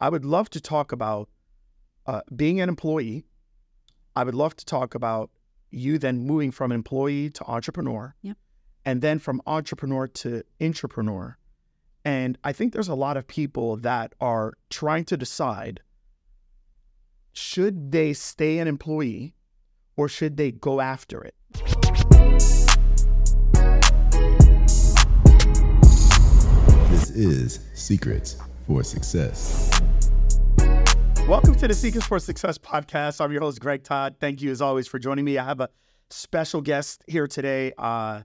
I would love to talk about uh, being an employee. I would love to talk about you then moving from employee to entrepreneur. Yep. And then from entrepreneur to intrapreneur. And I think there's a lot of people that are trying to decide should they stay an employee or should they go after it? This is Secrets for Success. Welcome to the Seekers for Success podcast. I'm your host, Greg Todd. Thank you, as always, for joining me. I have a special guest here today. Uh,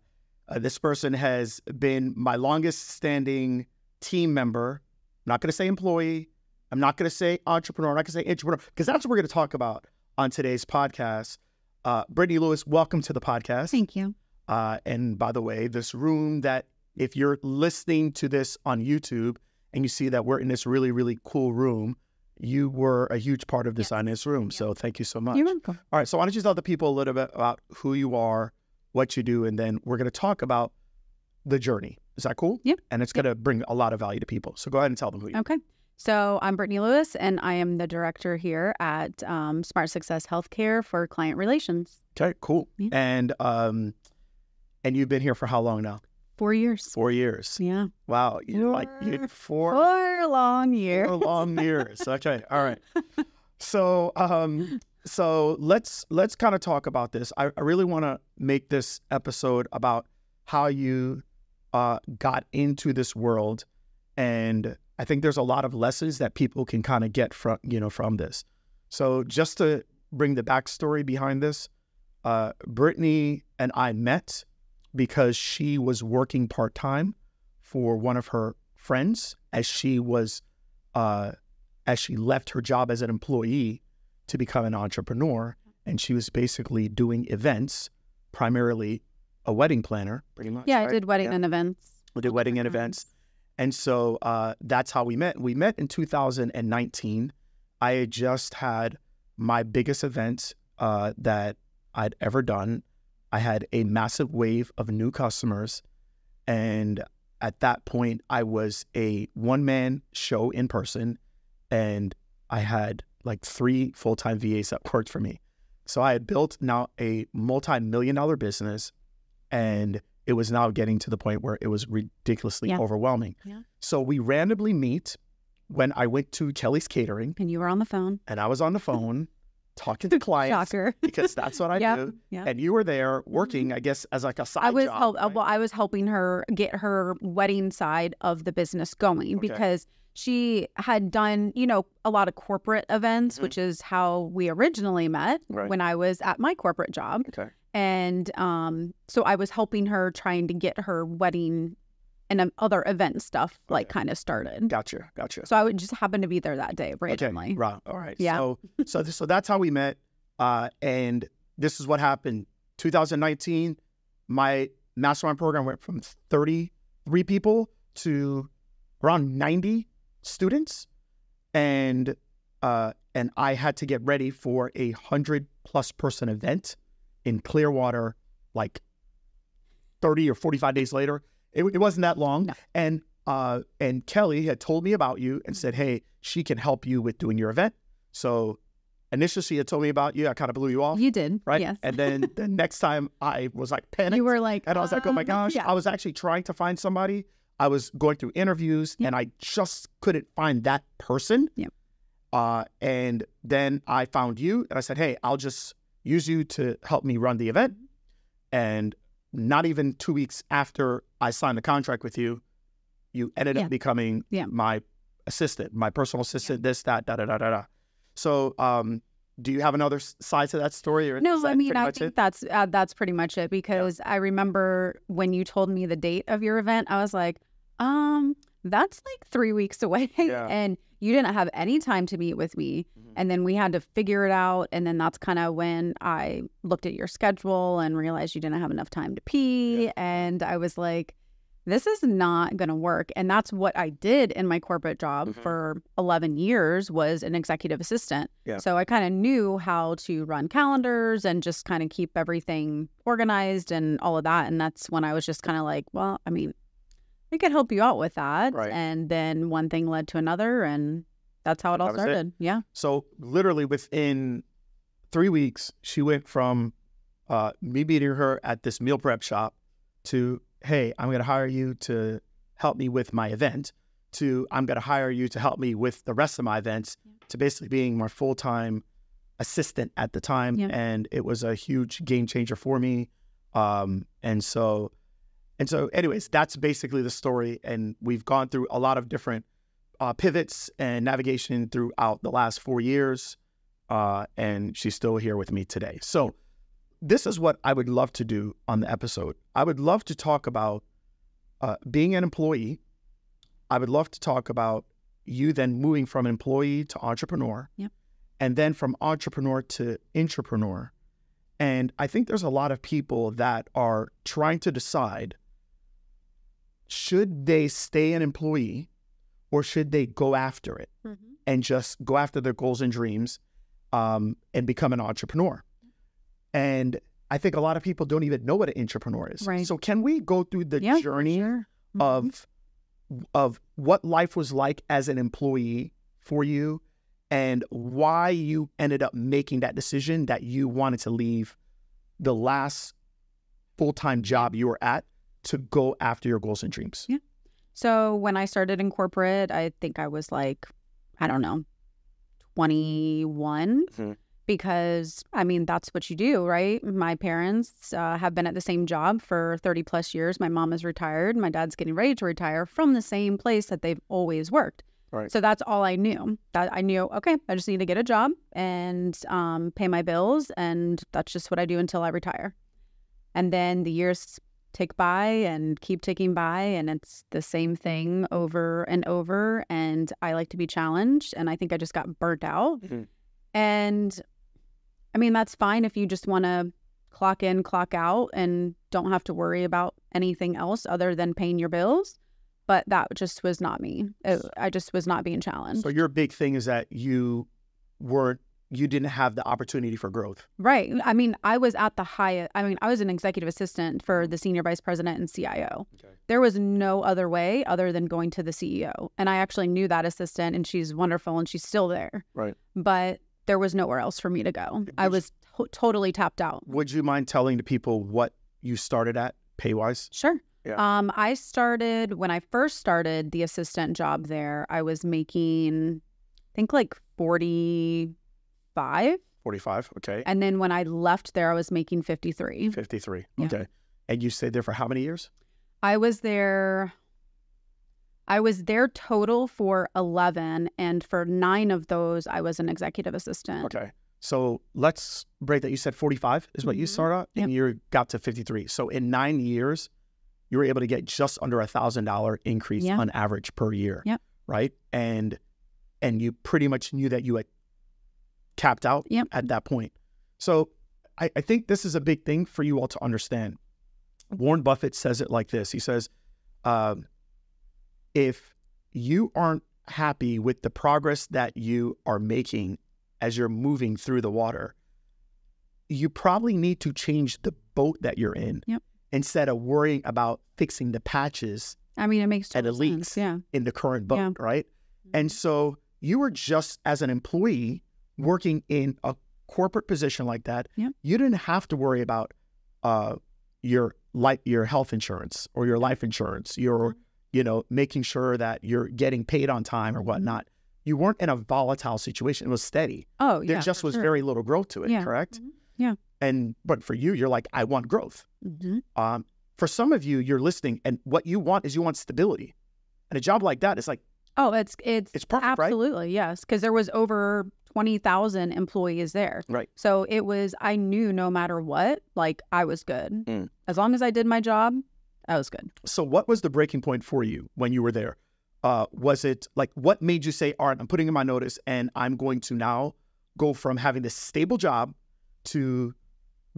uh, this person has been my longest standing team member. I'm not going to say employee. I'm not going to say entrepreneur. I'm not going to say entrepreneur because that's what we're going to talk about on today's podcast. Uh, Brittany Lewis, welcome to the podcast. Thank you. Uh, and by the way, this room that if you're listening to this on YouTube and you see that we're in this really, really cool room, you were a huge part of designing this room. So thank you so much. You're welcome. All right. So why don't you tell the people a little bit about who you are, what you do, and then we're going to talk about the journey. Is that cool? Yep. And it's Yep. going to bring a lot of value to people. So go ahead and tell them who you are. Okay. So I'm Brittany Lewis, and I am the director here at um, Smart Success Healthcare for client relations. Okay. Cool. Yeah. And um, and you've been here for how long now? Four years. Four years. Yeah. Wow. You're like you four. Oh, Four long years. Four long years. Okay. All right. So um so let's let's kind of talk about this. I, I really want to make this episode about how you uh got into this world and I think there's a lot of lessons that people can kind of get from you know from this. So just to bring the backstory behind this, uh Brittany and I met because she was working part-time for one of her friends as she was uh as she left her job as an employee to become an entrepreneur. And she was basically doing events, primarily a wedding planner, pretty much. yeah, I right? did wedding Yeah. and events. Uh-huh. We did wedding and events. And so uh, that's how we met. We met in 2019. I had just had my biggest event uh, that I'd ever done. I had a massive wave of new customers. And at that point, I was a one man show in person. And I had like three full time VAs that worked for me. So I had built now a multi million dollar business. And it was now getting to the point where it was ridiculously Yeah. overwhelming. Yeah. So we randomly meet when I went to Kelly's Catering And you were on the phone. and I was on the phone talking to clients Shocker. because that's what I Yep, do. yep. And you were there working, I guess, as like a side I was job. help, uh, right? well. I was helping her get her wedding side of the business going Okay. because she had done, you know, a lot of corporate events, Mhm. which is how we originally met Right. when I was at my corporate job, okay. and um, so I was helping her trying to get her wedding and um, other event stuff like Okay. kind of started. Gotcha. Gotcha. So I would just happen to be there that day randomly. Okay. Right. All right. Yeah. So so so that's how we met. Uh, and this is what happened. 2019, my mastermind program went from 33 people to around 90 students, and uh, and I had to get ready for a hundred plus person event in Clearwater, like 30 or 45 days later. It, it wasn't that long, No. Mm-hmm. and uh, and Kelly had told me about you and said, "Hey, she can help you with doing your event." So initially, she had told me about you. I kind of blew you off, You did, right? Yes. And then the next time, I was like panicked, you were like, and I was like, "Oh my um, gosh!" yeah. I was actually trying to find somebody. I was going through interviews, Yeah. and I just couldn't find that person. Yeah. Uh, and then I found you, and I said, "Hey, I'll just use you to help me run the event." And not even two weeks after I signed the contract with you, you ended Yeah. up becoming Yeah. my assistant, my personal assistant, this, that, da, da, da, da, da. So, um, do you have another s- side to that story? Or is No, that I mean, pretty I much think it? that's uh, that's pretty much it because I remember when you told me the date of your event, I was like, um, that's like three weeks away, Yeah. and you didn't have any time to meet with me, Mhm. and then we had to figure it out, and then that's kind of when I looked at your schedule and realized you didn't have enough time to pee, Yeah. and I was like. This is not going to work, and that's what I did in my corporate job Mhm. for eleven years. Was an executive assistant, Yeah. so I kind of knew how to run calendars and just kind of keep everything organized and all of that. And that's when I was just kind of like, well, I mean, we could help you out with that. Right. And then one thing led to another, and That's how it all That was it. started. Yeah. So literally within three weeks, she went from uh, me meeting her at this meal prep shop to, hey, I'm going to hire you to help me with my event to I'm going to hire you to help me with the rest of my events to basically being my full time assistant at the time. Yeah. And it was a huge game changer for me. Um, and so, and so anyways, that's basically the story. And we've gone through a lot of different uh, pivots and navigation throughout the last four years, uh, and she's still here with me today. So, this is what I would love to do on the episode. I would love to talk about uh, being an employee. I would love to talk about you then moving from employee to entrepreneur, Yep. and then from entrepreneur to intrapreneur. And I think there's a lot of people that are trying to decide should they stay an employee or should they go after it and just go after their goals and dreams um, and become an entrepreneur? And I think a lot of people don't even know what an entrepreneur is. Right. So can we go through the Yeah, journey sure. Mhm. of of what life was like as an employee for you and why you ended up making that decision that you wanted to leave the last full-time job you were at to go after your goals and dreams. So when I started in corporate, I think I was like, I don't know, 21. Mhm. Because I mean, that's what you do, right? My parents uh, have been at the same job for 30 plus years. My mom is retired. My dad's getting ready to retire from the same place that they've always worked. Right. So that's all I knew. That I knew, okay, I just need to get a job and um, pay my bills. And that's just what I do until I retire. And then the years tick by and keep ticking by and it's the same thing over and over and i like to be challenged and i think i just got burnt out Mhm. and i mean that's fine if you just want to clock in clock out and don't have to worry about anything else other than paying your bills but that just was not me It- i just was not being challenged So your big thing is that you weren't you didn't have the opportunity for growth. Right. I mean, I was at the highest. I mean, I was an executive assistant for the senior vice president and CIO. Okay. There was no other way other than going to the CEO. And I actually knew that assistant, and she's wonderful, and she's still there. Right. But there was nowhere else for me to go. I Would you- was to- totally tapped out. Would you mind telling the people what you started at pay wise? Sure. Yeah. Um, I started when I first started the assistant job there. I was making, I think, like forty-five. Forty five. Okay. And then when I left there, I was making fifty-three. Fifty three. Yeah. Okay. And you stayed there for how many years? I was there. I was there total for 11, and for nine of those, I was an executive assistant. Okay. So let's break that. You said forty five is what you Mhm. started out, and you got to fifty three. So in nine years, you were able to get just under a thousand dollar increase Yeah. on average per year. Yep. Right. And and you pretty much knew that you had capped out Yep. at that point. So I, I think this is a big thing for you all to understand. Warren Buffett says it like this. He says, um, if you aren't happy with the progress that you are making as you're moving through the water, you probably need to change the boat that you're in Yep. instead of worrying about fixing the patches I mean, it makes And total it sense. leaks. Yeah. in the current boat, Yeah. right? And so you were just as an employee working in a corporate position like that. Yep. You didn't have to worry about uh, your life, your health insurance or your life insurance, your you know making sure that you're getting paid on time or whatnot. You weren't in a volatile situation. It was steady. oh, yeah. there just for was sure. very little growth to it. Yeah. Correct. Mhm. Yeah. And but for you, you're like, I want growth. Mhm. Um, for some of you, you're listening, and what you want is you want stability. And a job like that is like Oh, it's, it's, it's perfect, right? absolutely, yes. Because there was over 20,000 employees there. Right. So it was, I knew no matter what, like I was good. Mm. As long as I did my job, I was good. So, what was the breaking point for you when you were there? Uh, was it like what made you say, "All right, I'm putting in my notice, and I'm going to now go from having this stable job to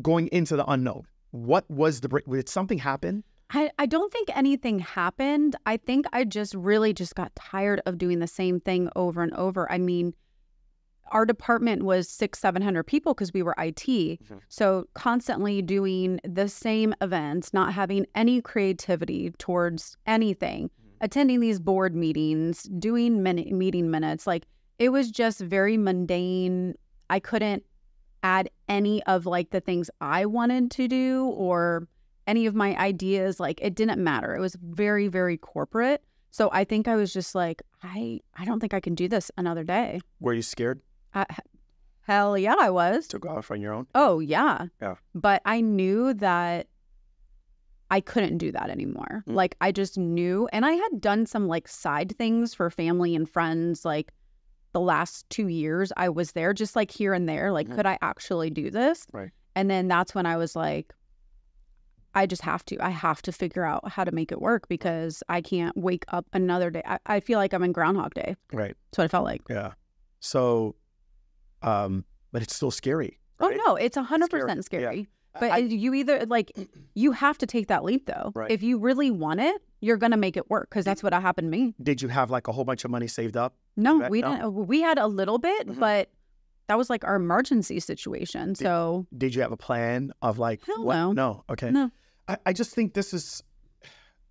going into the unknown"? What was the break? Did something happen? I, I don't think anything happened. I think I just really just got tired of doing the same thing over and over. I mean, our department was six, 700 people because we were IT. So constantly doing the same events, not having any creativity towards anything, attending these board meetings, doing mini- meeting minutes. Like it was just very mundane. I couldn't add any of like the things I wanted to do or any of my ideas. Like it didn't matter. It was very, very corporate. So I think I was just like, I, I don't think I can do this another day. Were you scared I, hell yeah, I was. to go off on your own? Oh yeah. Yeah. But I knew that I couldn't do that anymore. Mm. Like I just knew and I had done some like side things for family and friends like the last 2 years I was there just like here and there like Mhm. could I actually do this? Right. And then that's when I was like I just have to. I have to figure out how to make it work because I can't wake up another day. I, I feel like I'm in Groundhog Day. Right. That's what I felt like. Yeah. So, um, but it's still scary. right? Oh no, it's a hundred Scary. percent Yeah. scary. But I- it- you either like you have to take that leap though. Right. If you really want it, you're gonna make it work because that's what happened to me. did you have like a whole bunch of money saved up? No, bet- we no. didn't. We had a little bit, Mhm. but that was like our emergency situation. So Did you have a plan of like Hell what? no. No. Okay. No. I, I just think this is.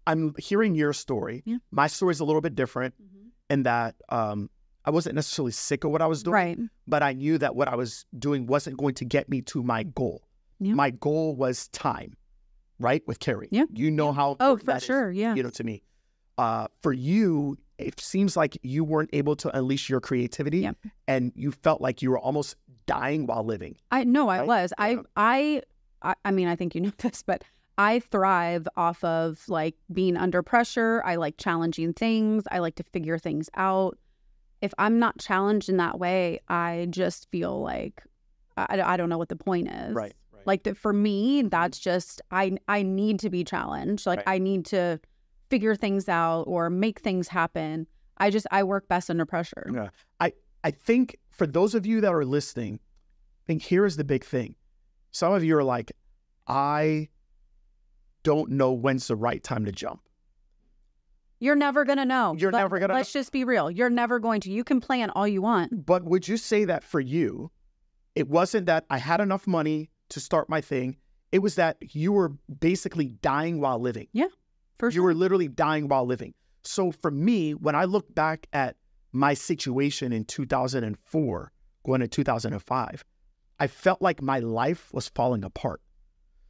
I'm hearing your story. Yeah. My story is a little bit different in that um, I wasn't necessarily sick of what I was doing, right, but I knew that what I was doing wasn't going to get me to my goal. Yeah. My goal was time, right? With Carrie. Yeah. You know how. oh important for that is, sure, yeah, You know, to me. Uh, for you, it seems like you weren't able to unleash your creativity Yeah. and you felt like you were almost dying while living. I no, I Right? was. I, Yeah. I I I mean, I think you know this, but I thrive off of like being under pressure. I like challenging things. I like to figure things out. If I'm not challenged in that way, I just feel like I, I don't know what the point is. Right. right. Like the, for me, that's just I I need to be challenged. Like Right. I need to figure things out or make things happen. I just I work best under pressure. Yeah. I think for those of you that are listening, I think here is the big thing. Some of you are like, I don't know when's the right time to jump. You're never gonna know. You're never gonna Let's just be real. You're never going to. You can plan all you want. But would you say that for you, it wasn't that I had enough money to start my thing? It was that you were basically dying while living. For You sure. were literally dying while living. So for me, when I look back at my situation in 2004, going to 2005, I felt like my life was falling apart.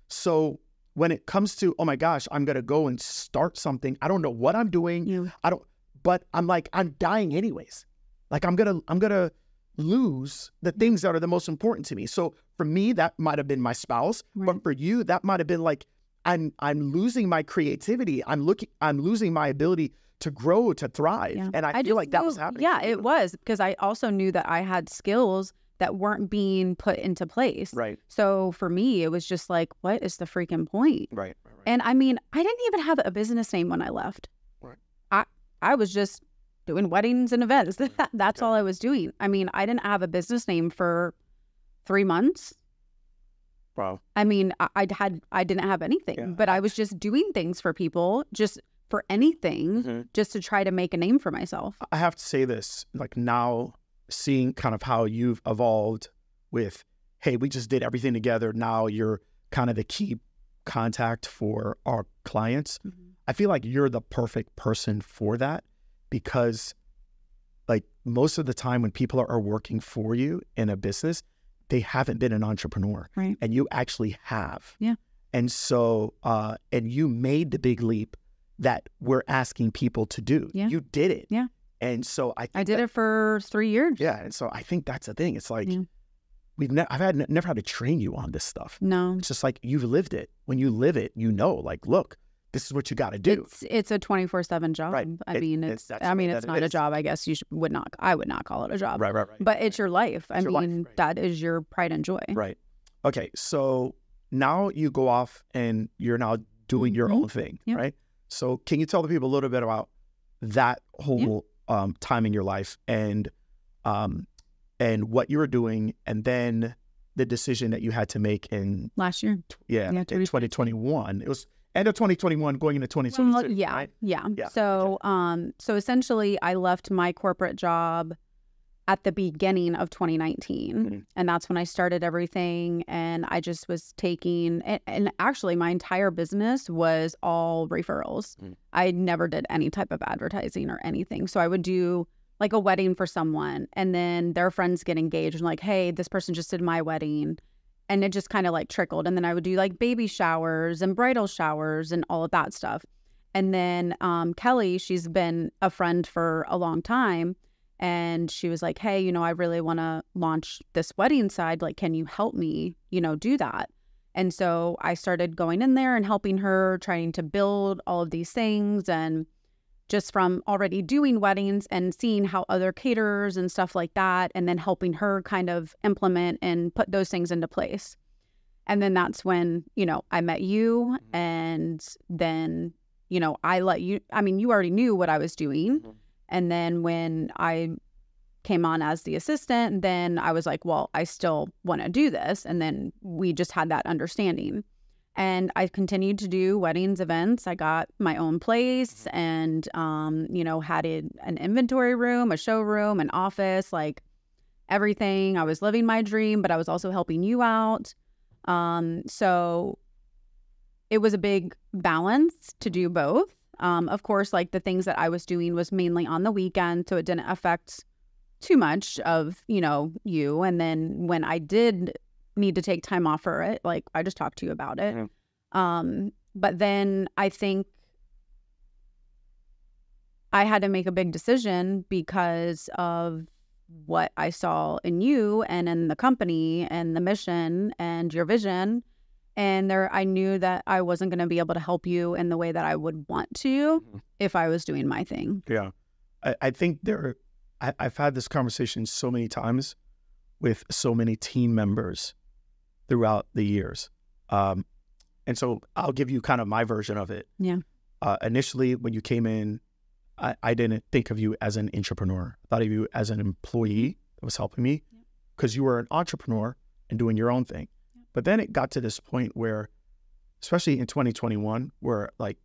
So when it comes to, oh my gosh, I'm going to go and start something, I don't know what I'm doing. You- I don't, but I'm like, I'm dying anyways. Like I'm gonna, I'm gonna lose the Mm-hmm. things that are the most important to me. So for me, that might have been my spouse, Right. but for you, that might have been like, I'm, I'm losing my creativity. I'm looking, I'm losing my ability to grow, to thrive, Yeah. and I, just feel like that was knew- happening. Yeah, for you. it was because I also knew that I had skills that weren't being put into place. Right, So for me, it was just like, what is the freaking point? right, right, right. And I mean, I didn't even have a business name when I left. Right. I I was just doing weddings and events. That, that's Okay. all I was doing. I mean, I didn't have a business name for three months. wow. I mean, I, I had I didn't have anything, Yeah. but I was just doing things for people, just for anything, Mm-hmm. just to try to make a name for myself. I have to say this, like now seeing kind of how you've evolved with, hey, we just did everything together. Now you're kind of the key contact for our clients. I feel like you're the perfect person for that because, like, most of the time when people are, are working for you in a business, they haven't been an entrepreneur. Right. And you actually have. Yeah. And so, uh, and you made the big leap that we're asking people to do. Yeah. You did it. Yeah. And so I, I did it for three years. Yeah. And so I think that's the thing. It's like, Yeah. we've ne- I've had never had to train you on this stuff. No, It's just like you've lived it. When you live it, you know, like, look, this is what you got to do. it's it's a twenty four seven job. Right. I It- mean, it's- it's, that's I the way mean, that it's it not a is. job. I guess you should, would not. I would not call it a job. Right, right, right. But it's your life. I It's your life, mean, right. that is your pride and joy. Right. Okay. So now you go off and you're now doing your Mhm. own thing, Yeah. right? So can you tell the people a little bit about that whole um, time in your life and um, and what you were doing, and then the decision that you had to make in Last year, yeah, Yeah, in 2022. 2021. It was end of 2021, going into Well, 2022. yeah, right? yeah, Yeah, So, um, so essentially, I left my corporate job at the beginning of 2019, Mhm. and that's when I started everything. And I just was taking, and, and actually, my entire business was all referrals. Mm. I never did any type of advertising or anything. So I would do like a wedding for someone and then their friends get engaged and like hey this person just did my wedding and it just kind of like trickled and then i would do like baby showers and bridal showers and all of that stuff and then um, kelly she's been a friend for a long time and she was like hey you know i really want to launch this wedding side like can you help me you know do that and so i started going in there and helping her trying to build all of these things and just from already doing weddings and seeing how other caterers and stuff like that, and then helping her kind of implement and put those things into place. And then that's when, you know, I met you. And then, you know, I let you, I mean, you already knew what I was doing. And then when I came on as the assistant, then I was like, well, I still want to do this. And then we just had that understanding and I continued to do weddings events. I got my own place and um, you know had a, an inventory room, a showroom, an office, like everything. I was living my dream, but I was also helping you out. Um, so it was a big balance to do both. Um, of course, like the things that I was doing was mainly on the weekend, so it didn't affect too much of you know you. And then when I did need to take time off for it. Like I just talked to you about it. Mhm. Um, but then I think I had to make a big decision because of what I saw in you and in the company and the mission and your vision. And there I knew that I wasn't gonna be able to help you in the way that I would want to Mhm. if I was doing my thing. Yeah. I, I think there, I, I've had this conversation so many times with so many team members throughout the years. Um, and so I'll give you kind of my version of it. Yeah. Uh, initially, when you came in, I, I didn't think of you as an entrepreneur. I thought of you as an employee that was helping me Yeah. because you were an entrepreneur and doing your own thing. Yeah. But then it got to this point where, especially in 2021, where like,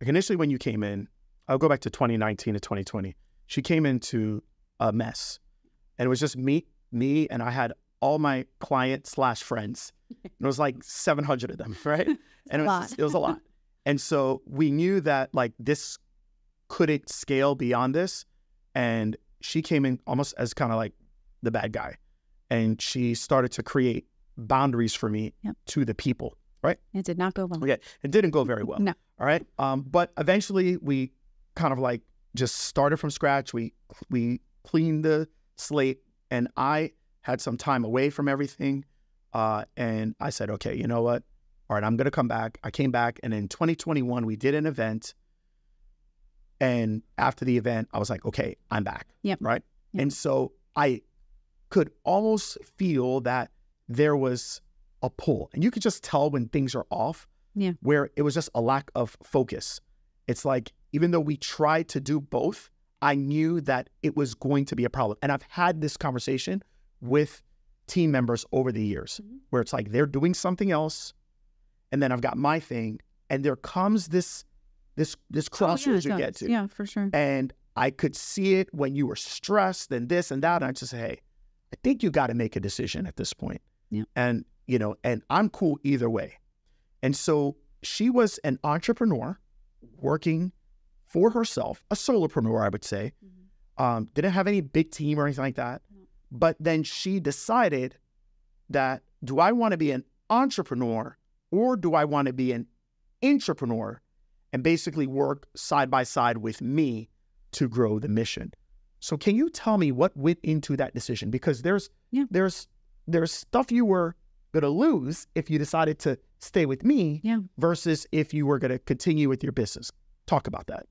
like initially when you came in, I'll go back to 2019 to 2020. She came into a mess, and it was just me, me, and I had all my client slash friends. And it was like 700 of them, right? and it a was lot. just- it was a lot. And so we knew that like this couldn't scale beyond this, and she came in almost as kind of like the bad guy, and she started to create boundaries for me Yep. to the people. It did not go well. Okay, it didn't go very well. No. All right. Um, but eventually we kind of like just started from scratch. We we cleaned the slate, and I had some time away from everything. Uh, and I said, okay, you know what? All right, I'm gonna come back. I came back, and in 2021 we did an event. And after the event, I was like, okay, I'm back. Yep. Right. Yep. And so I could almost feel that there was a pull, and you could just tell when things are off where it was just a lack of focus. It's like, even though we tried to do both, I knew that it was going to be a problem. And I've had this conversation with team members over the years Mhm. where it's like they're doing something else and then I've got my thing and there comes this this this crossroads Oh, yeah, you it get does. to. Yeah, for sure. And I could see it when you were stressed and this and that. And I just say, hey, I think you got to make a decision at this point. Yeah. And, you know, and I'm cool either way. And so she was an entrepreneur working for herself, a solopreneur, I would say. Mhm. Um, didn't have any big team or anything like that. No. But then she decided that do I want to be an entrepreneur or do I want to be an entrepreneur and basically work side by side with me to grow the mission? So can you tell me what went into that decision? Because there's Yeah. there's there's stuff you were gonna lose if you decided to stay with me Yeah. versus if you were gonna continue with your business. Talk about that.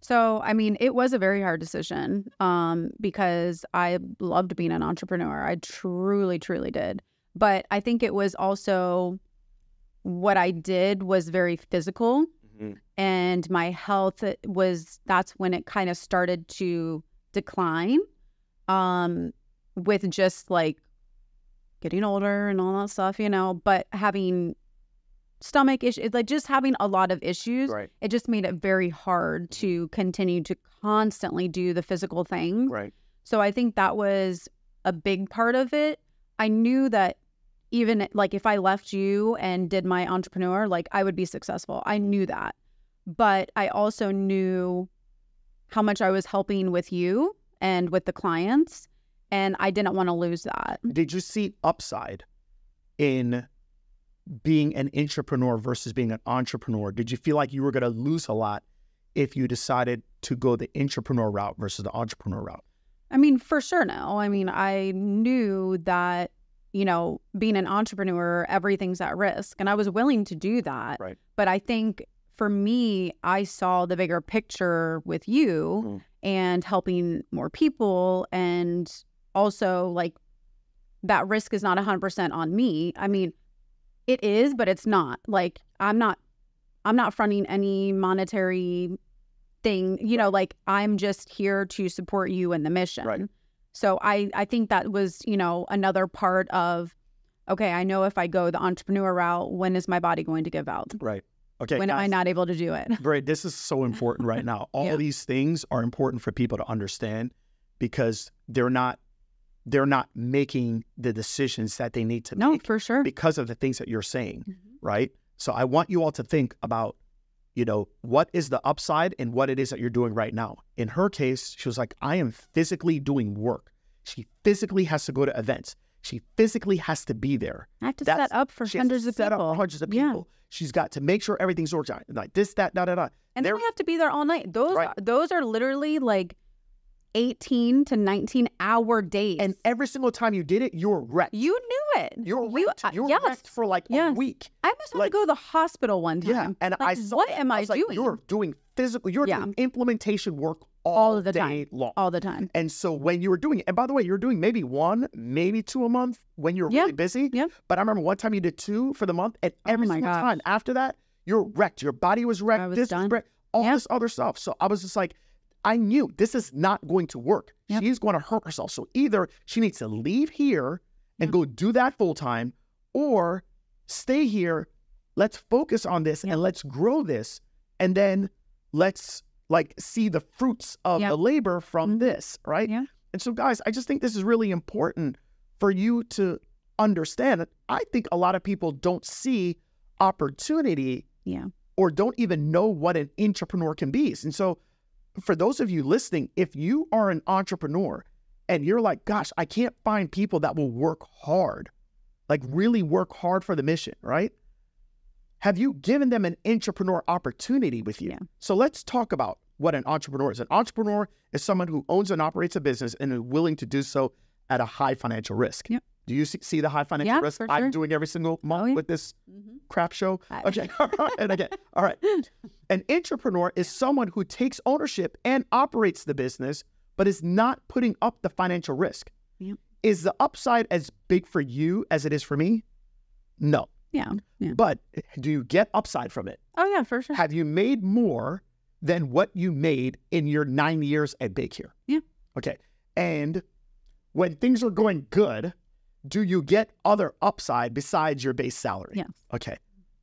So, I mean, it was a very hard decision um, because I loved being an entrepreneur. I truly, truly did. But I think it was also what I did was very physical, and my health uh, was that's when it kind of started to decline um, with just like getting older and all that stuff, you know, but having stomach issues, like just having a lot of issues Right, it just made it very hard to continue to constantly do the physical thing. right. So I think that was a big part of it. I knew that even like if I left you and did my entrepreneur, like I would be successful. I knew that. But I also knew how much I was helping with you and with the clients. And I didn't want to lose that. Did you see upside in being an entrepreneur versus being an entrepreneur? Did you feel like you were going to lose a lot if you decided to go the entrepreneur route versus the entrepreneur route? I mean, for sure, no. I mean, I knew that, you know, being an entrepreneur, everything's at risk. And I was willing to do that. Right. But I think for me, I saw the bigger picture with you Mm. and helping more people. And also, like, that risk is not 100% on me. I mean, it is, but it's not. Like, I'm not. I'm not fronting any monetary thing you know like i'm just here to support you in the mission Right. so i i think that was you know another part of okay i know if i go the entrepreneur route when is my body going to give out Right. Okay. when am i guys, not able to do it Great. This is so important right now. All Yeah. these things are important for people to understand because they're not they're not making the decisions that they need to no make for sure because of the things that you're saying, Mhm. right? So I want you all to think about, you know, what is the upside and what it is that you're doing right now. In her case, she was like, I am physically doing work. She physically has to go to events. She physically has to be there. i have to That's- set up for She has to hundreds of set up people hundreds of Yeah. people. She's got to make sure everything's organized, like this, that, da, da, da. and There- then we have to be there all night those Right. are, those are literally like 18 to 19 hour days And every single time you did it, you were wrecked. you knew it you were you, wrecked. I- You were yes wrecked for like a Yes. week. i almost had Like- to go to the hospital one time Yeah, and I Like, saw what that. am I I was like, doing? You're doing physical. You're Yeah. doing implementation work all, All of the day time. long. all the time and so when you were doing it, and by the way, you were doing maybe one, maybe two a month when you were Yeah. really busy. Yeah. Oh But I remember one time you did two for the month, and every my single gosh. time after that, you're wrecked. Your body was wrecked. I was this done. was wrecked. All Yeah. this other stuff. So I was just like, I knew this is not going to work. Yep. She's going to hurt herself. So either she needs to leave here and Yeah. go do that full time, or stay here. Let's focus on this Yeah. and let's grow this, and then let's like see the fruits of Yeah. the labor from Mhm. this, right? Yeah. And so, guys, I just think this is really important for you to understand. that I think a lot of people don't see opportunity yeah or don't even know what an entrepreneur can be. And so, for those of you listening, if you are an entrepreneur and you're like, gosh, I can't find people that will work hard, like really work hard for the mission, right? Have you given them an entrepreneur opportunity with you? Yeah. So, let's talk about what an entrepreneur is. An entrepreneur is someone who owns and operates a business and is willing to do so at a high financial risk. Yep. Do you see, see the high financial Yeah, risk for I'm sure. Oh, doing every single month yeah. with this mm-hmm. crap show? I- Okay. All right. And again, all right. An entrepreneur is someone who takes ownership and operates the business, but is not putting up the financial risk. Yep. Is the upside as big for you as it is for me? No. yeah yeah But eh, do you get upside from it? oh yeah for sure Have you made more than what you made in your nine years at Big Here? Yeah. Okay. And when things are going good, do you get other upside besides your base salary? Yeah. Okay.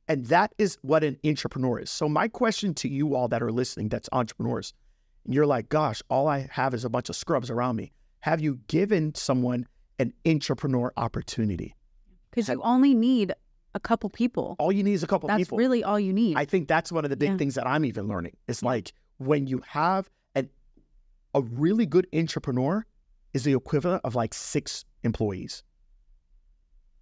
And that is what an entrepreneur is. So my question to you all that are listening, that's entrepreneurs, you're like, gosh, all I have is a bunch of scrubs around me. Have you given someone an entrepreneur opportunity? because Have- you only need a couple people. All you need is a couple That's people. really all you need. I think that's one of the big Yeah. things that I'm even learning. It's like when you have an, a really good entrepreneur is the equivalent of like six employees.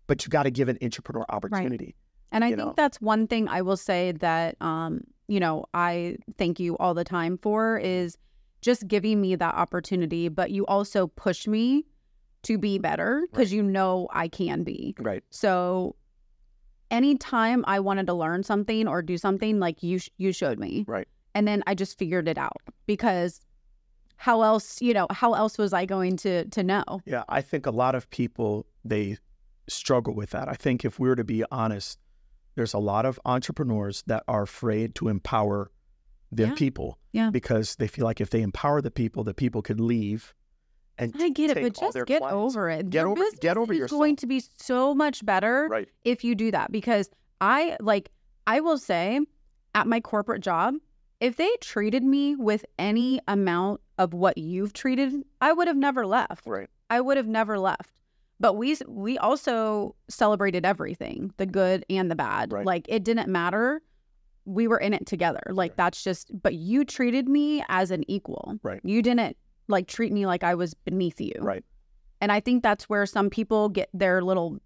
But you got to give an entrepreneur opportunity. and I you think know. that's one thing I will say that um, you know, I thank you all the time for is just giving me that opportunity, but you also push me to be better because you know I can be. Right. So anytime I wanted to learn something or do something, like you sh- you showed me. Right. And then I just figured it out because how else, you know, how else was I going to to know? Yeah, I think a lot of people they struggle with that. I think if we were to be honest, there's a lot of entrepreneurs that are afraid to empower their Yeah. people Yeah. because they feel like if they empower the people, the people could leave. And I get it, take but all just their get clients. over it. Get Your over- business get over is yourself. going to be so much better right, if you do that because I like I will say at my corporate job, if they treated me with any amount of what you've treated, I would have never left. right. I would have never left. But we we also celebrated everything, the good and the bad. Right. Like it didn't matter. We were in it together. Like Right. that's just but you treated me as an equal. Right. You didn't like treat me like I was beneath you. Right. And I think that's where some people get their little,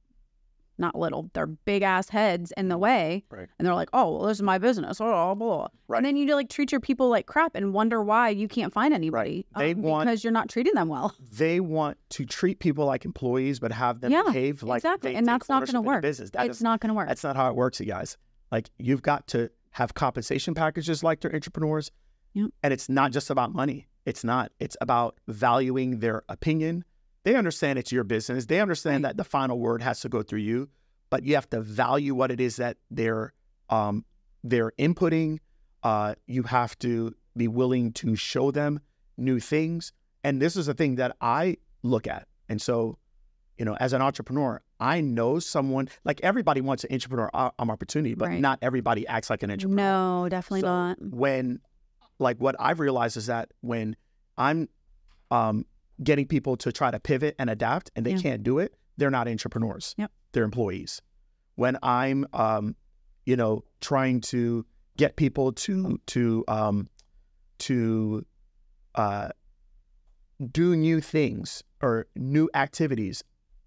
not little, their big ass heads in the way. Mm. Right. And they're like, oh, well, this is my business. Oh, blah, blah, blah. Right. And then you like treat your people like crap and wonder why you can't find anybody. They um, want- because you're not treating them well. They want to treat people like employees, but have them Yeah, behave like exactly. they And take that's not gonna ownership in the work. Business. That it's is- not going to work. That's not how it works, you guys. Like you've got to have compensation packages like they're entrepreneurs. Yep. And it's not just about money. It's not. It's about valuing their opinion. They understand it's your business. They understand that Right. the final word has to go through you, but you have to value what it is that they're um, they're inputting. Uh, you have to be willing to show them new things. And this is a thing that I look at. And so, you know, as an entrepreneur, I know someone like everybody wants an entrepreneur o- um, opportunity, but Right. not everybody acts like an entrepreneur. no, definitely So, not. When, like, what I've realized is that when I'm um, getting people to try to pivot and adapt and they Yeah. can't do it, they're not entrepreneurs. Yep. They're employees. When I'm, um, you know, trying to get people to, to, um, to, uh, do new things or new activities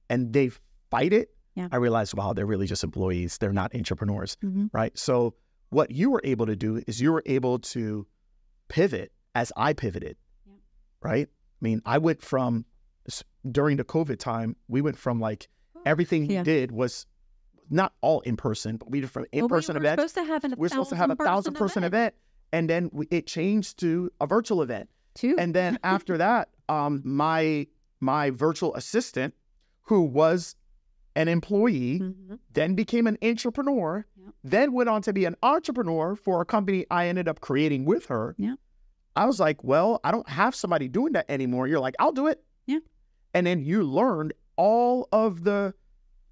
and they fight it, Yeah. I realize, wow, they're really just employees. They're not entrepreneurs hmm right? So what you were able to do is you were able to pivot as I pivoted, Yeah. right? I mean, I went from s- during the COVID time, we went from like everything we Yeah. did was not all in person, but we did from in person we were events. supposed to have an We're supposed to have a thousand person event, and then we, it changed to a virtual event. too. And then after that, um, my my virtual assistant, who was an employee, Mhm. then became an entrepreneur, Yep. then went on to be an entrepreneur for a company I ended up creating with her. Yeah. I was like, well, I don't have somebody doing that anymore. You're like, I'll do it. Yeah. And then you learned all of the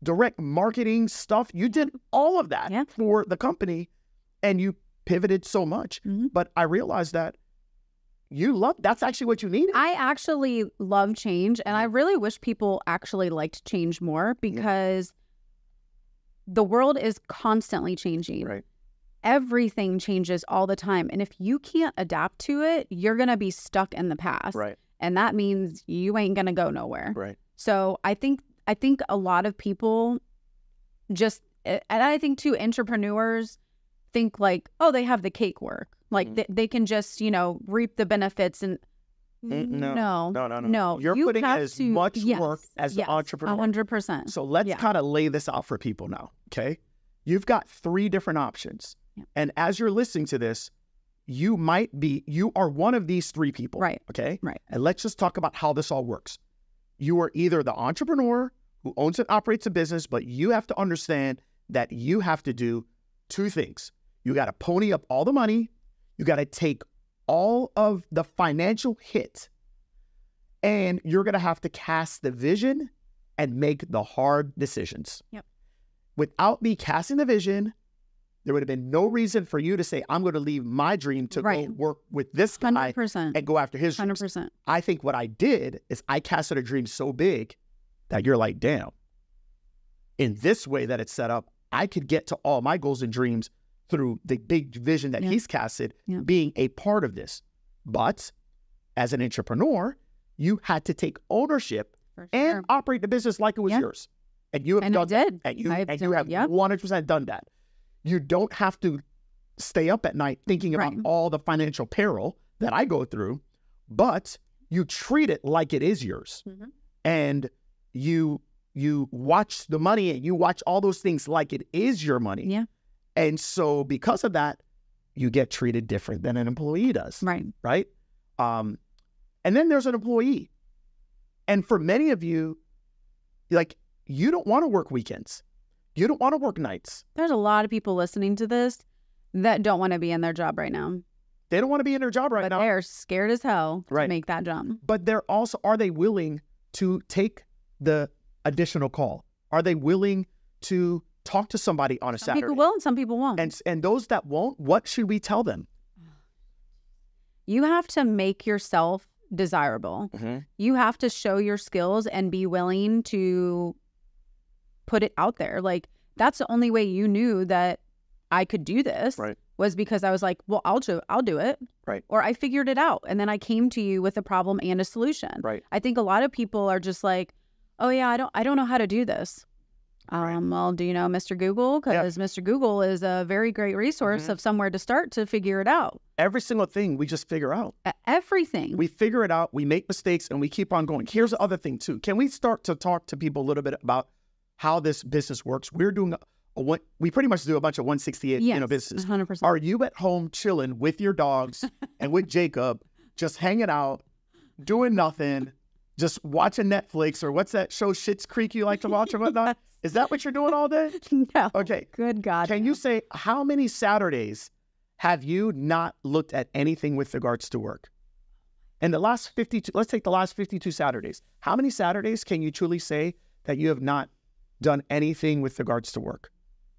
direct marketing stuff. You did all of that Yeah. for the company and you pivoted so much. Mhm. But I realized that you love that's actually what you needed. I actually love change, and I Mm-hmm. really wish people actually liked change more because the world is constantly changing. Right. Everything changes all the time, and if you can't adapt to it, you're gonna be stuck in the past, right, and that means you ain't gonna go nowhere. right. So I think I think a lot of people just and I think too entrepreneurs think like oh they have the cake work like Mhm. they, they can just you know reap the benefits and Mm, no. no No, no, no. no You're you putting have as to- much yes, work as the yes, entrepreneur. hundred percent So let's Yeah. kind of lay this out for people now. Okay. You've got three different options. Yeah. And as you're listening to this, you might be, you are one of these three people. Right. Okay. Right. And let's just talk about how this all works. You are either the entrepreneur who owns and operates a business, but you have to understand that you have to do two things. You got to pony up all the money, you got to take all of the financial hit, and you're going to have to cast the vision and make the hard decisions. Yep. Without me casting the vision, there would have been no reason for you to say, I'm going to leave my dream to Right. go work with this guy hundred percent and go after his hundred dreams. percent I think what I did is I casted a dream so big that you're like, damn, in this way that it's set up, I could get to all my goals and dreams through the big vision that Yeah. he's casted Yeah. being a part of this. But as an entrepreneur, you had to take ownership and operate the business like it was Yeah. yours. And you have and I done did and you I've and you done- have yep. one hundred percent done that. You don't have to stay up at night thinking about Right. all the financial peril that I go through, but you treat it like it is yours, Mhm. and you you watch the money and you watch all those things like it is your money. Yeah. And so because of that, you get treated different than an employee does right right? Um, and then there's an employee. And for many of you, like you don't want to work weekends. You don't want to work nights. there's a lot of people listening to this that don't want to be in their job right now They don't want to be in their job right but now. they're scared as hell Right. to make that jump But they're also are they willing to take the additional call? Are they willing to talk to somebody on a some Saturday? people will and some people won't And and those that won't, what should we tell them? You have to make yourself desirable. Mhm. You have to show your skills and be willing to put it out there. Like that's the only way you knew that I could do this. Right. was because I was like, well, I'll do I'll do it. Right. Or I figured it out and then I came to you with a problem and a solution. Right. I think a lot of people are just like, "Oh yeah, I don't I don't know how to do this." Um, well, do you know Mr. Google? Yeah. Because Mr. Google is a very great resource Mhm. of somewhere to start to figure it out. Every single thing we just figure out. E- Everything. We figure it out, we make mistakes, and we keep on going. Here's the other thing, too. Can we start to talk to people a little bit about how this business works? We're doing a, a one, we pretty much do a bunch of 168 you know, businesses. Hundred percent. Are you at home chilling with your dogs and with Jacob, just hanging out, doing nothing, just watching Netflix or what's that show, Shit's Creek, you like to watch or whatnot? Is that what you're doing all day? No. Okay. Good God. Can you say how many Saturdays have you not looked at anything with regards to work? And the last 52, let's take the last 52 Saturdays. How many Saturdays can you truly say that you have not done anything with regards to work?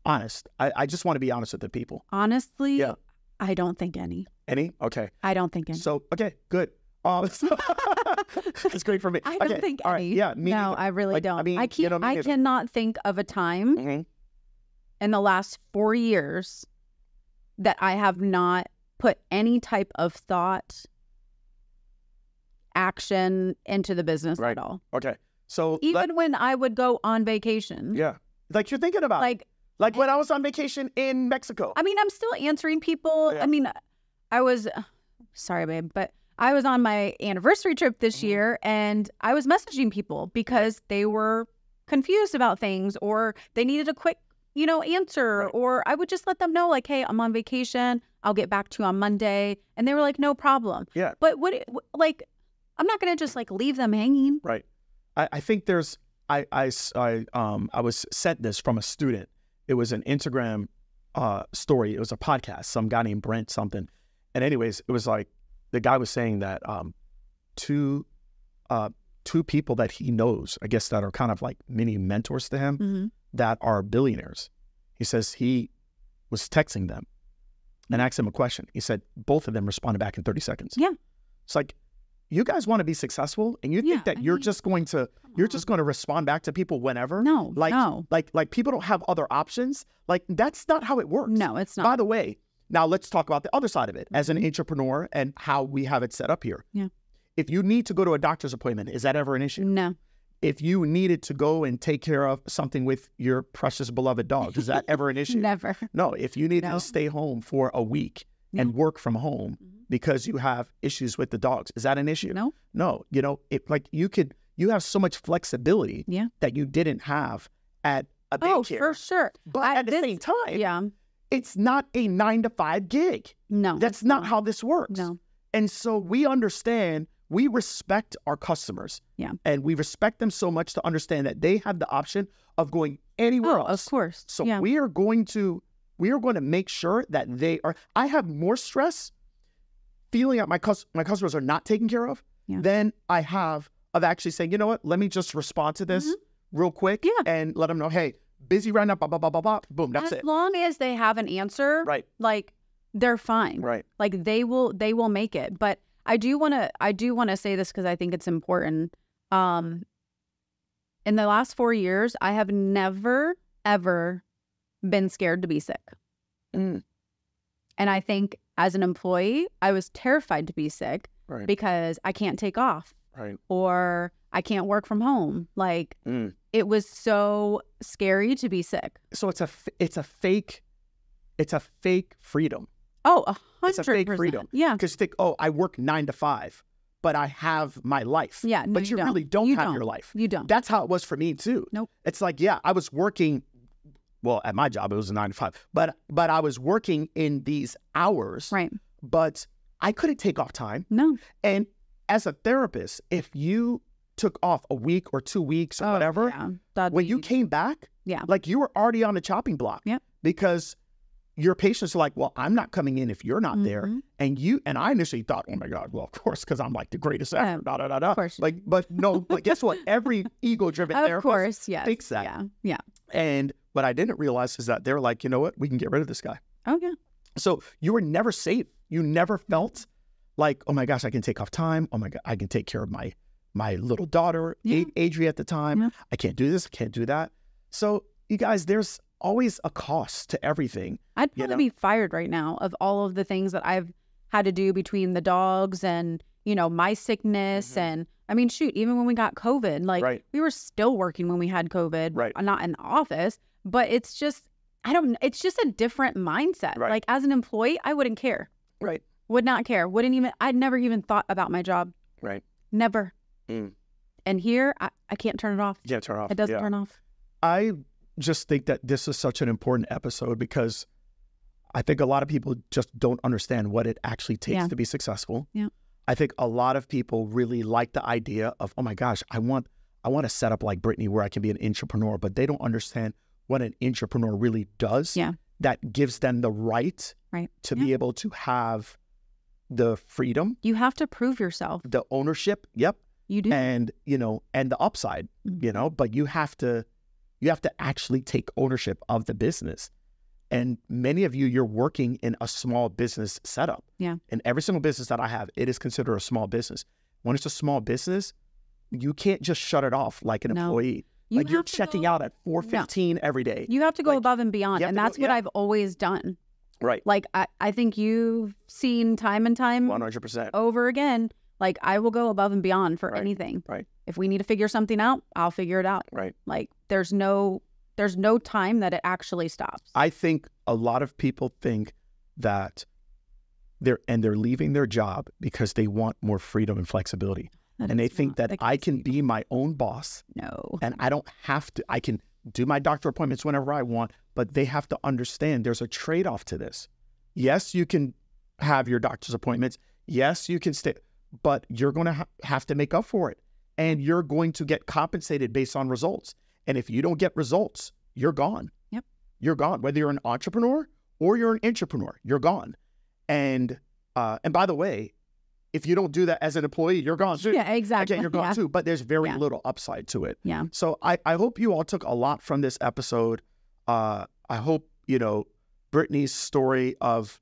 Honest. I, I just want to be honest with the people. Honestly, Yeah. I don't think any. Any? Okay. I don't think any. So, okay, good. Um, so- it's great for me. I don't Okay, think all right, any. Yeah, me no, neither. I really Like, I don't. I, mean, you can't. know, me I neither. cannot think of a time Mhm. in the last four years that I have not put any type of thought, action into the business Right. at all. Okay. So, Even let- when I would go on vacation, yeah, like you're thinking about, like, like like eh when I was on vacation in Mexico. I mean, I'm still answering people. Yeah. I mean, I was sorry, babe, but I was on my anniversary trip this Mhm. year and I was messaging people because they were confused about things or they needed a quick, you know, answer. Right. Or I would just let them know, like, hey, I'm on vacation. I'll get back to you on Monday. And they were like, no problem. Yeah. But what, like, I'm not going to just like leave them hanging. Right. I, I think there's I I s- I, um I was sent this from a student. It was an Instagram uh story. It was a podcast. Some guy named Brent something. And anyways, it was like the guy was saying that um two uh two people that he knows, I guess that are kind of like mini mentors to him Mm-hmm. that are billionaires. He says he was texting them and asked him a question. He said both of them responded back in 30 seconds. Yeah. It's like you guys want to be successful and you Yeah, think that I you're mean, just going to you're just going to respond back to people whenever. No, like no. like like people don't have other options. Like that's not how it works. No, it's By not. the way, now let's talk about the other side of it as an entrepreneur and how we have it set up here. Yeah. If you need to go to a doctor's appointment, is that ever an issue? No. if you needed to go and take care of something with your precious beloved dog, is that ever an issue? Never. No, if you need No. to stay home for a week and No. work from home Mhm. because you have issues with the dogs, is that an issue? No. No, you know, it, like you could, you have so much flexibility Yeah. that you didn't have at a Oh, daycare. for sure. But I- at the this- same time, Yeah. it's not a nine to five gig. No. That's it's not how this works. No. And so we understand, we respect our customers. Yeah. And we respect them so much to understand that they have the option of going anywhere Oh, of else. course. So yeah. we are going to we are going to make sure that they are I have more stress feeling that my cus- my customers are not taken care of Yeah. than I have of actually saying, you know what, let me just respond to this Mhm. real quick Yeah. and let them know, hey, busy right now, blah, blah, blah, blah, blah. Boom, that's as it. long as they have an answer, Right, like they're fine. right. Like they will they will make it. But I do want to I do want to say this cuz I think it's important. Um in the last 4 years, I have never ever been scared to be sick. Mm. And I think as an employee, I was terrified to be sick Right. because I can't take off right. or I can't work from home. Like Mm. it was so scary to be sick. so it's a f- it's a fake it's a fake freedom Oh, a hundred It's a fake percent. freedom. Yeah. because you think oh i work nine to five but i have my life Yeah, no, but you you, don't. really don't You have don't. your life You don't. that's how it was for me too Nope. it's like yeah i was working well at my job it was a nine to five but but i was working in these hours right. but i couldn't take off time No. and as a therapist if you took off a week or two weeks or Oh, whatever Yeah. That'd when you be- came back, Yeah. like you were already on the chopping block. Yep. Because your patients are like, well, I'm not coming in if you're not there. Mhm. And you and I initially thought, oh my God, well, of course, because I'm like the greatest Yeah, actor, da da da da. Um, course. Like, but no, but guess what? Every ego driven Of therapist course. Yes. thinks that. Yeah. Yeah. And what I didn't realize is that they're like, you know what, we can get rid of this guy. Oh yeah. So you were never safe. You never felt like, oh my gosh, I can take off time. Oh my god, I can take care of my my little daughter, Yeah. A- Adri at the time. Yeah. I can't do this, I can't do that. So you guys, there's always a cost to everything. I'd you probably know? be fired right now of all of the things that I've had to do between the dogs and, you know, my sickness. Mhm. And I mean, shoot, even when we got COVID, like Right. we were still working when we had COVID, Right. uh, not in the office, but it's just, I don't, it's just a different mindset. Right. Like as an employee, I wouldn't care, Right. would not care, wouldn't even, I'd never even thought about my job. Right. Never. Mm. And here, I, I can't turn it off. Yeah, turn off. It doesn't yeah. turn off. I just think that this is such an important episode because I think a lot of people just don't understand what it actually takes Yeah. to be successful. Yeah. I think a lot of people really like the idea of, oh my gosh, I want I want to set up like Brittany where I can be an entrepreneur, but they don't understand what an entrepreneur really does. Yeah. That gives them the right Right. to Yeah. be able to have the freedom, You have to prove yourself. the ownership. Yep You do. and you know and the upside Mhm. you know but you have to you have to actually take ownership of the business and many of you you're working in a small business setup Yeah. and every single business that i have it is considered a small business when it's a small business you can't just shut it off like an No. employee You like you're have to checking go- out at 4.15 every day You have to go Like, above and beyond. you have And to go- that's what yeah. I've always done. right Like, I, I think you've seen time and time 100% over again. Like, I will go above and beyond for Right. anything. Right. If we need to figure something out, I'll figure it out. right Like, there's no. There's no time that it actually stops. I think a lot of people think that they're and they're leaving their job because they want more freedom and flexibility. That and they is think not- that I can be my own boss no. and I don't have to I can do my doctor appointments whenever I want, but they have to understand there's a trade-off to this. Yes, you can have your doctor's appointments. Yes, you can stay, but you're going to ha- have to make up for it. And you're going to get compensated based on results. And if you don't get results, you're gone. Yep. You're gone. Whether you're an entrepreneur or you're an entrepreneur, you're gone. And uh, and by the way, if you don't do that as an employee, you're gone too. Yeah, exactly. Again, you're gone yeah. too. But there's very Yeah. little upside to it. Yeah. So I, I hope you all took a lot from this episode. Uh, I hope, you know, Brittany's story of,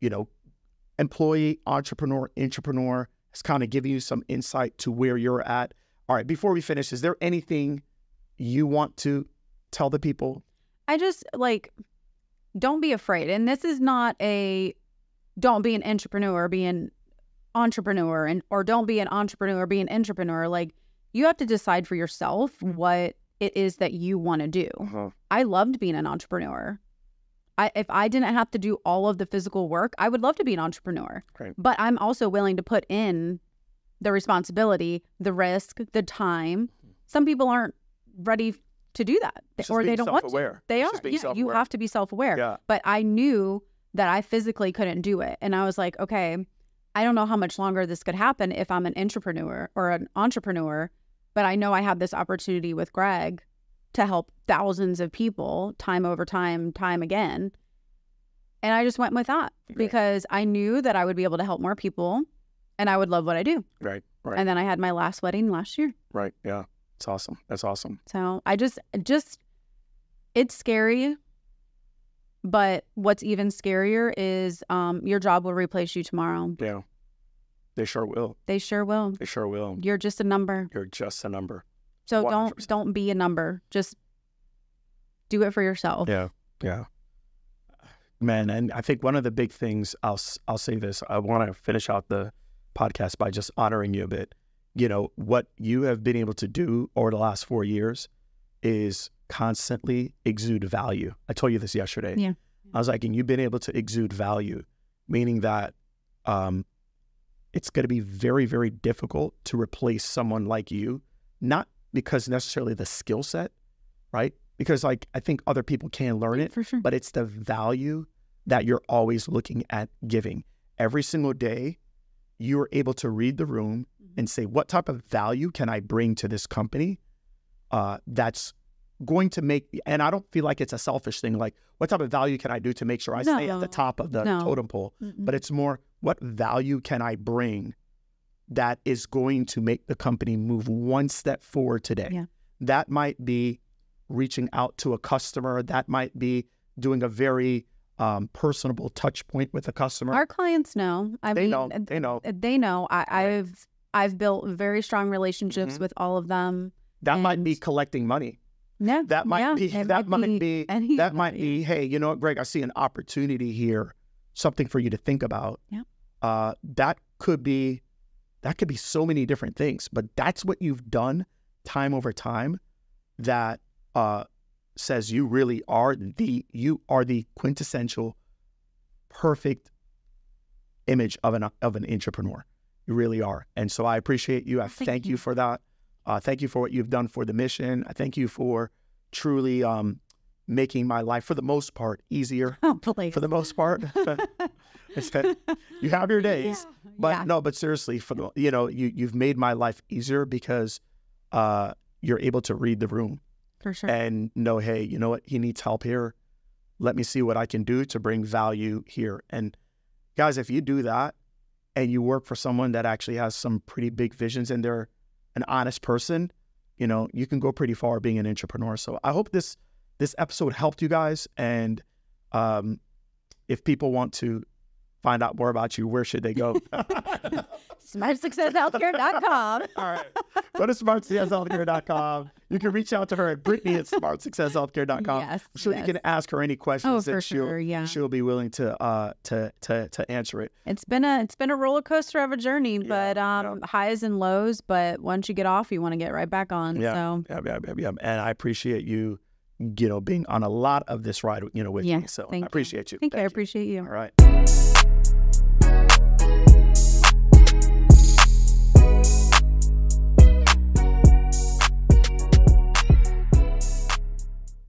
you know, employee, entrepreneur, entrepreneur has kind of given you some insight to where you're at. All right, before we finish, is there anything you want to tell the people? I just like don't be afraid. And this is not a don't be an entrepreneur, be an entrepreneur and or don't be an entrepreneur, be an entrepreneur. Like you have to decide for yourself Mm-hmm. what it is that you want to do. Uh-huh. I loved being an entrepreneur. I, if I didn't have to do all of the physical work, I would love to be an entrepreneur. Right. But I'm also willing to put in the responsibility, the risk, the time. Some people aren't ready to do that, Mm-hmm. It's just or they being don't want to. self-aware. They It's are. just being Yeah, you self-aware. have to be self-aware. Yeah. But I knew that I physically couldn't do it, and I was like, okay, I don't know how much longer this could happen if I'm an entrepreneur or an entrepreneur, but I know I have this opportunity with Greg to help thousands of people time over time, time again. And I just went with that Right. because I knew that I would be able to help more people and I would love what I do. Right, right, And then I had my last wedding last year. right. Yeah. It's awesome. That's awesome. So I just, just, it's scary. But what's even scarier is um, your job will replace you tomorrow. Yeah. They sure will. They sure will. They sure will. You're just a number. You're just a number. So do not 100%. don't be a number. Just do it for yourself. Yeah, yeah. Man, and I think one of the big things I'll s- I'll say this. I want to finish out the podcast by just honoring you a bit. You know what you have been able to do over the last four years is constantly exude value. I told you this yesterday. Yeah. I was like, and you've been able to exude value, meaning that um, it's going to be very, very difficult to replace someone like you, not because necessarily the skill set, right? Because like I think other people can learn it, For sure. but it's the value that you're always looking at giving. Every single day, you are able to read the room Mm-hmm. and say, what type of value can I bring to this company uh, that's going to make, and I don't feel like it's a selfish thing, like, what type of value can I do to make sure I stay at No. the top of the No. totem pole? But it's more, what value can I bring that is going to make the company move one step forward today? Yeah. That might be reaching out to a customer, that might be doing a very um, personable touch point with a customer. our clients know. I they mean, know, they know. They know. I, Right. I've I've built very strong relationships Mhm. with all of them. That might be and- collecting money. Yeah. That might yeah, be it that might be, any- that might be, hey, you know what, Greg, I see an opportunity here, something for you to think about. Yeah. Uh, that could be that could be so many different things, but that's what you've done time over time that uh says you really are the you are the quintessential perfect image of an of an entrepreneur. You really are. And so I appreciate you. I Thank thank you you. for that. Uh, thank you for what you've done for the mission. I thank you for truly um, making my life, for the most part, easier. Oh, please. For the most part, It's that you have your days, Yeah, but yeah. no, but seriously, for the you know, you you've made my life easier because uh, you're able to read the room for sure. and know, hey, you know what, he needs help here. Let me see what I can do to bring value here. And guys, if you do that and you work for someone that actually has some pretty big visions and they're an honest person, you know, you can go pretty far being an entrepreneur. So I hope this this episode helped you guys. And um, if people want to find out more about you, where should they go? SmartSuccessHealthcare.com. All right. Go to smartsuccesshealthcare.com. You can reach out to her at Brittany at smartsuccesshealthcare.com. Yes. I'm sure yes. you can ask her any questions Oh, that for she'll sure. Yeah. she'll be willing to uh to to to answer it. It's been a it's been a roller coaster of a journey, Yeah, but um highs and lows, but once you get off you want to get right back on. Yeah. So Yeah, yeah, yeah, yeah. And I appreciate you, you know, being on a lot of this ride, you know, with Yeah, me. So thank I you. appreciate you. thank you. I Thank you. appreciate you. All right.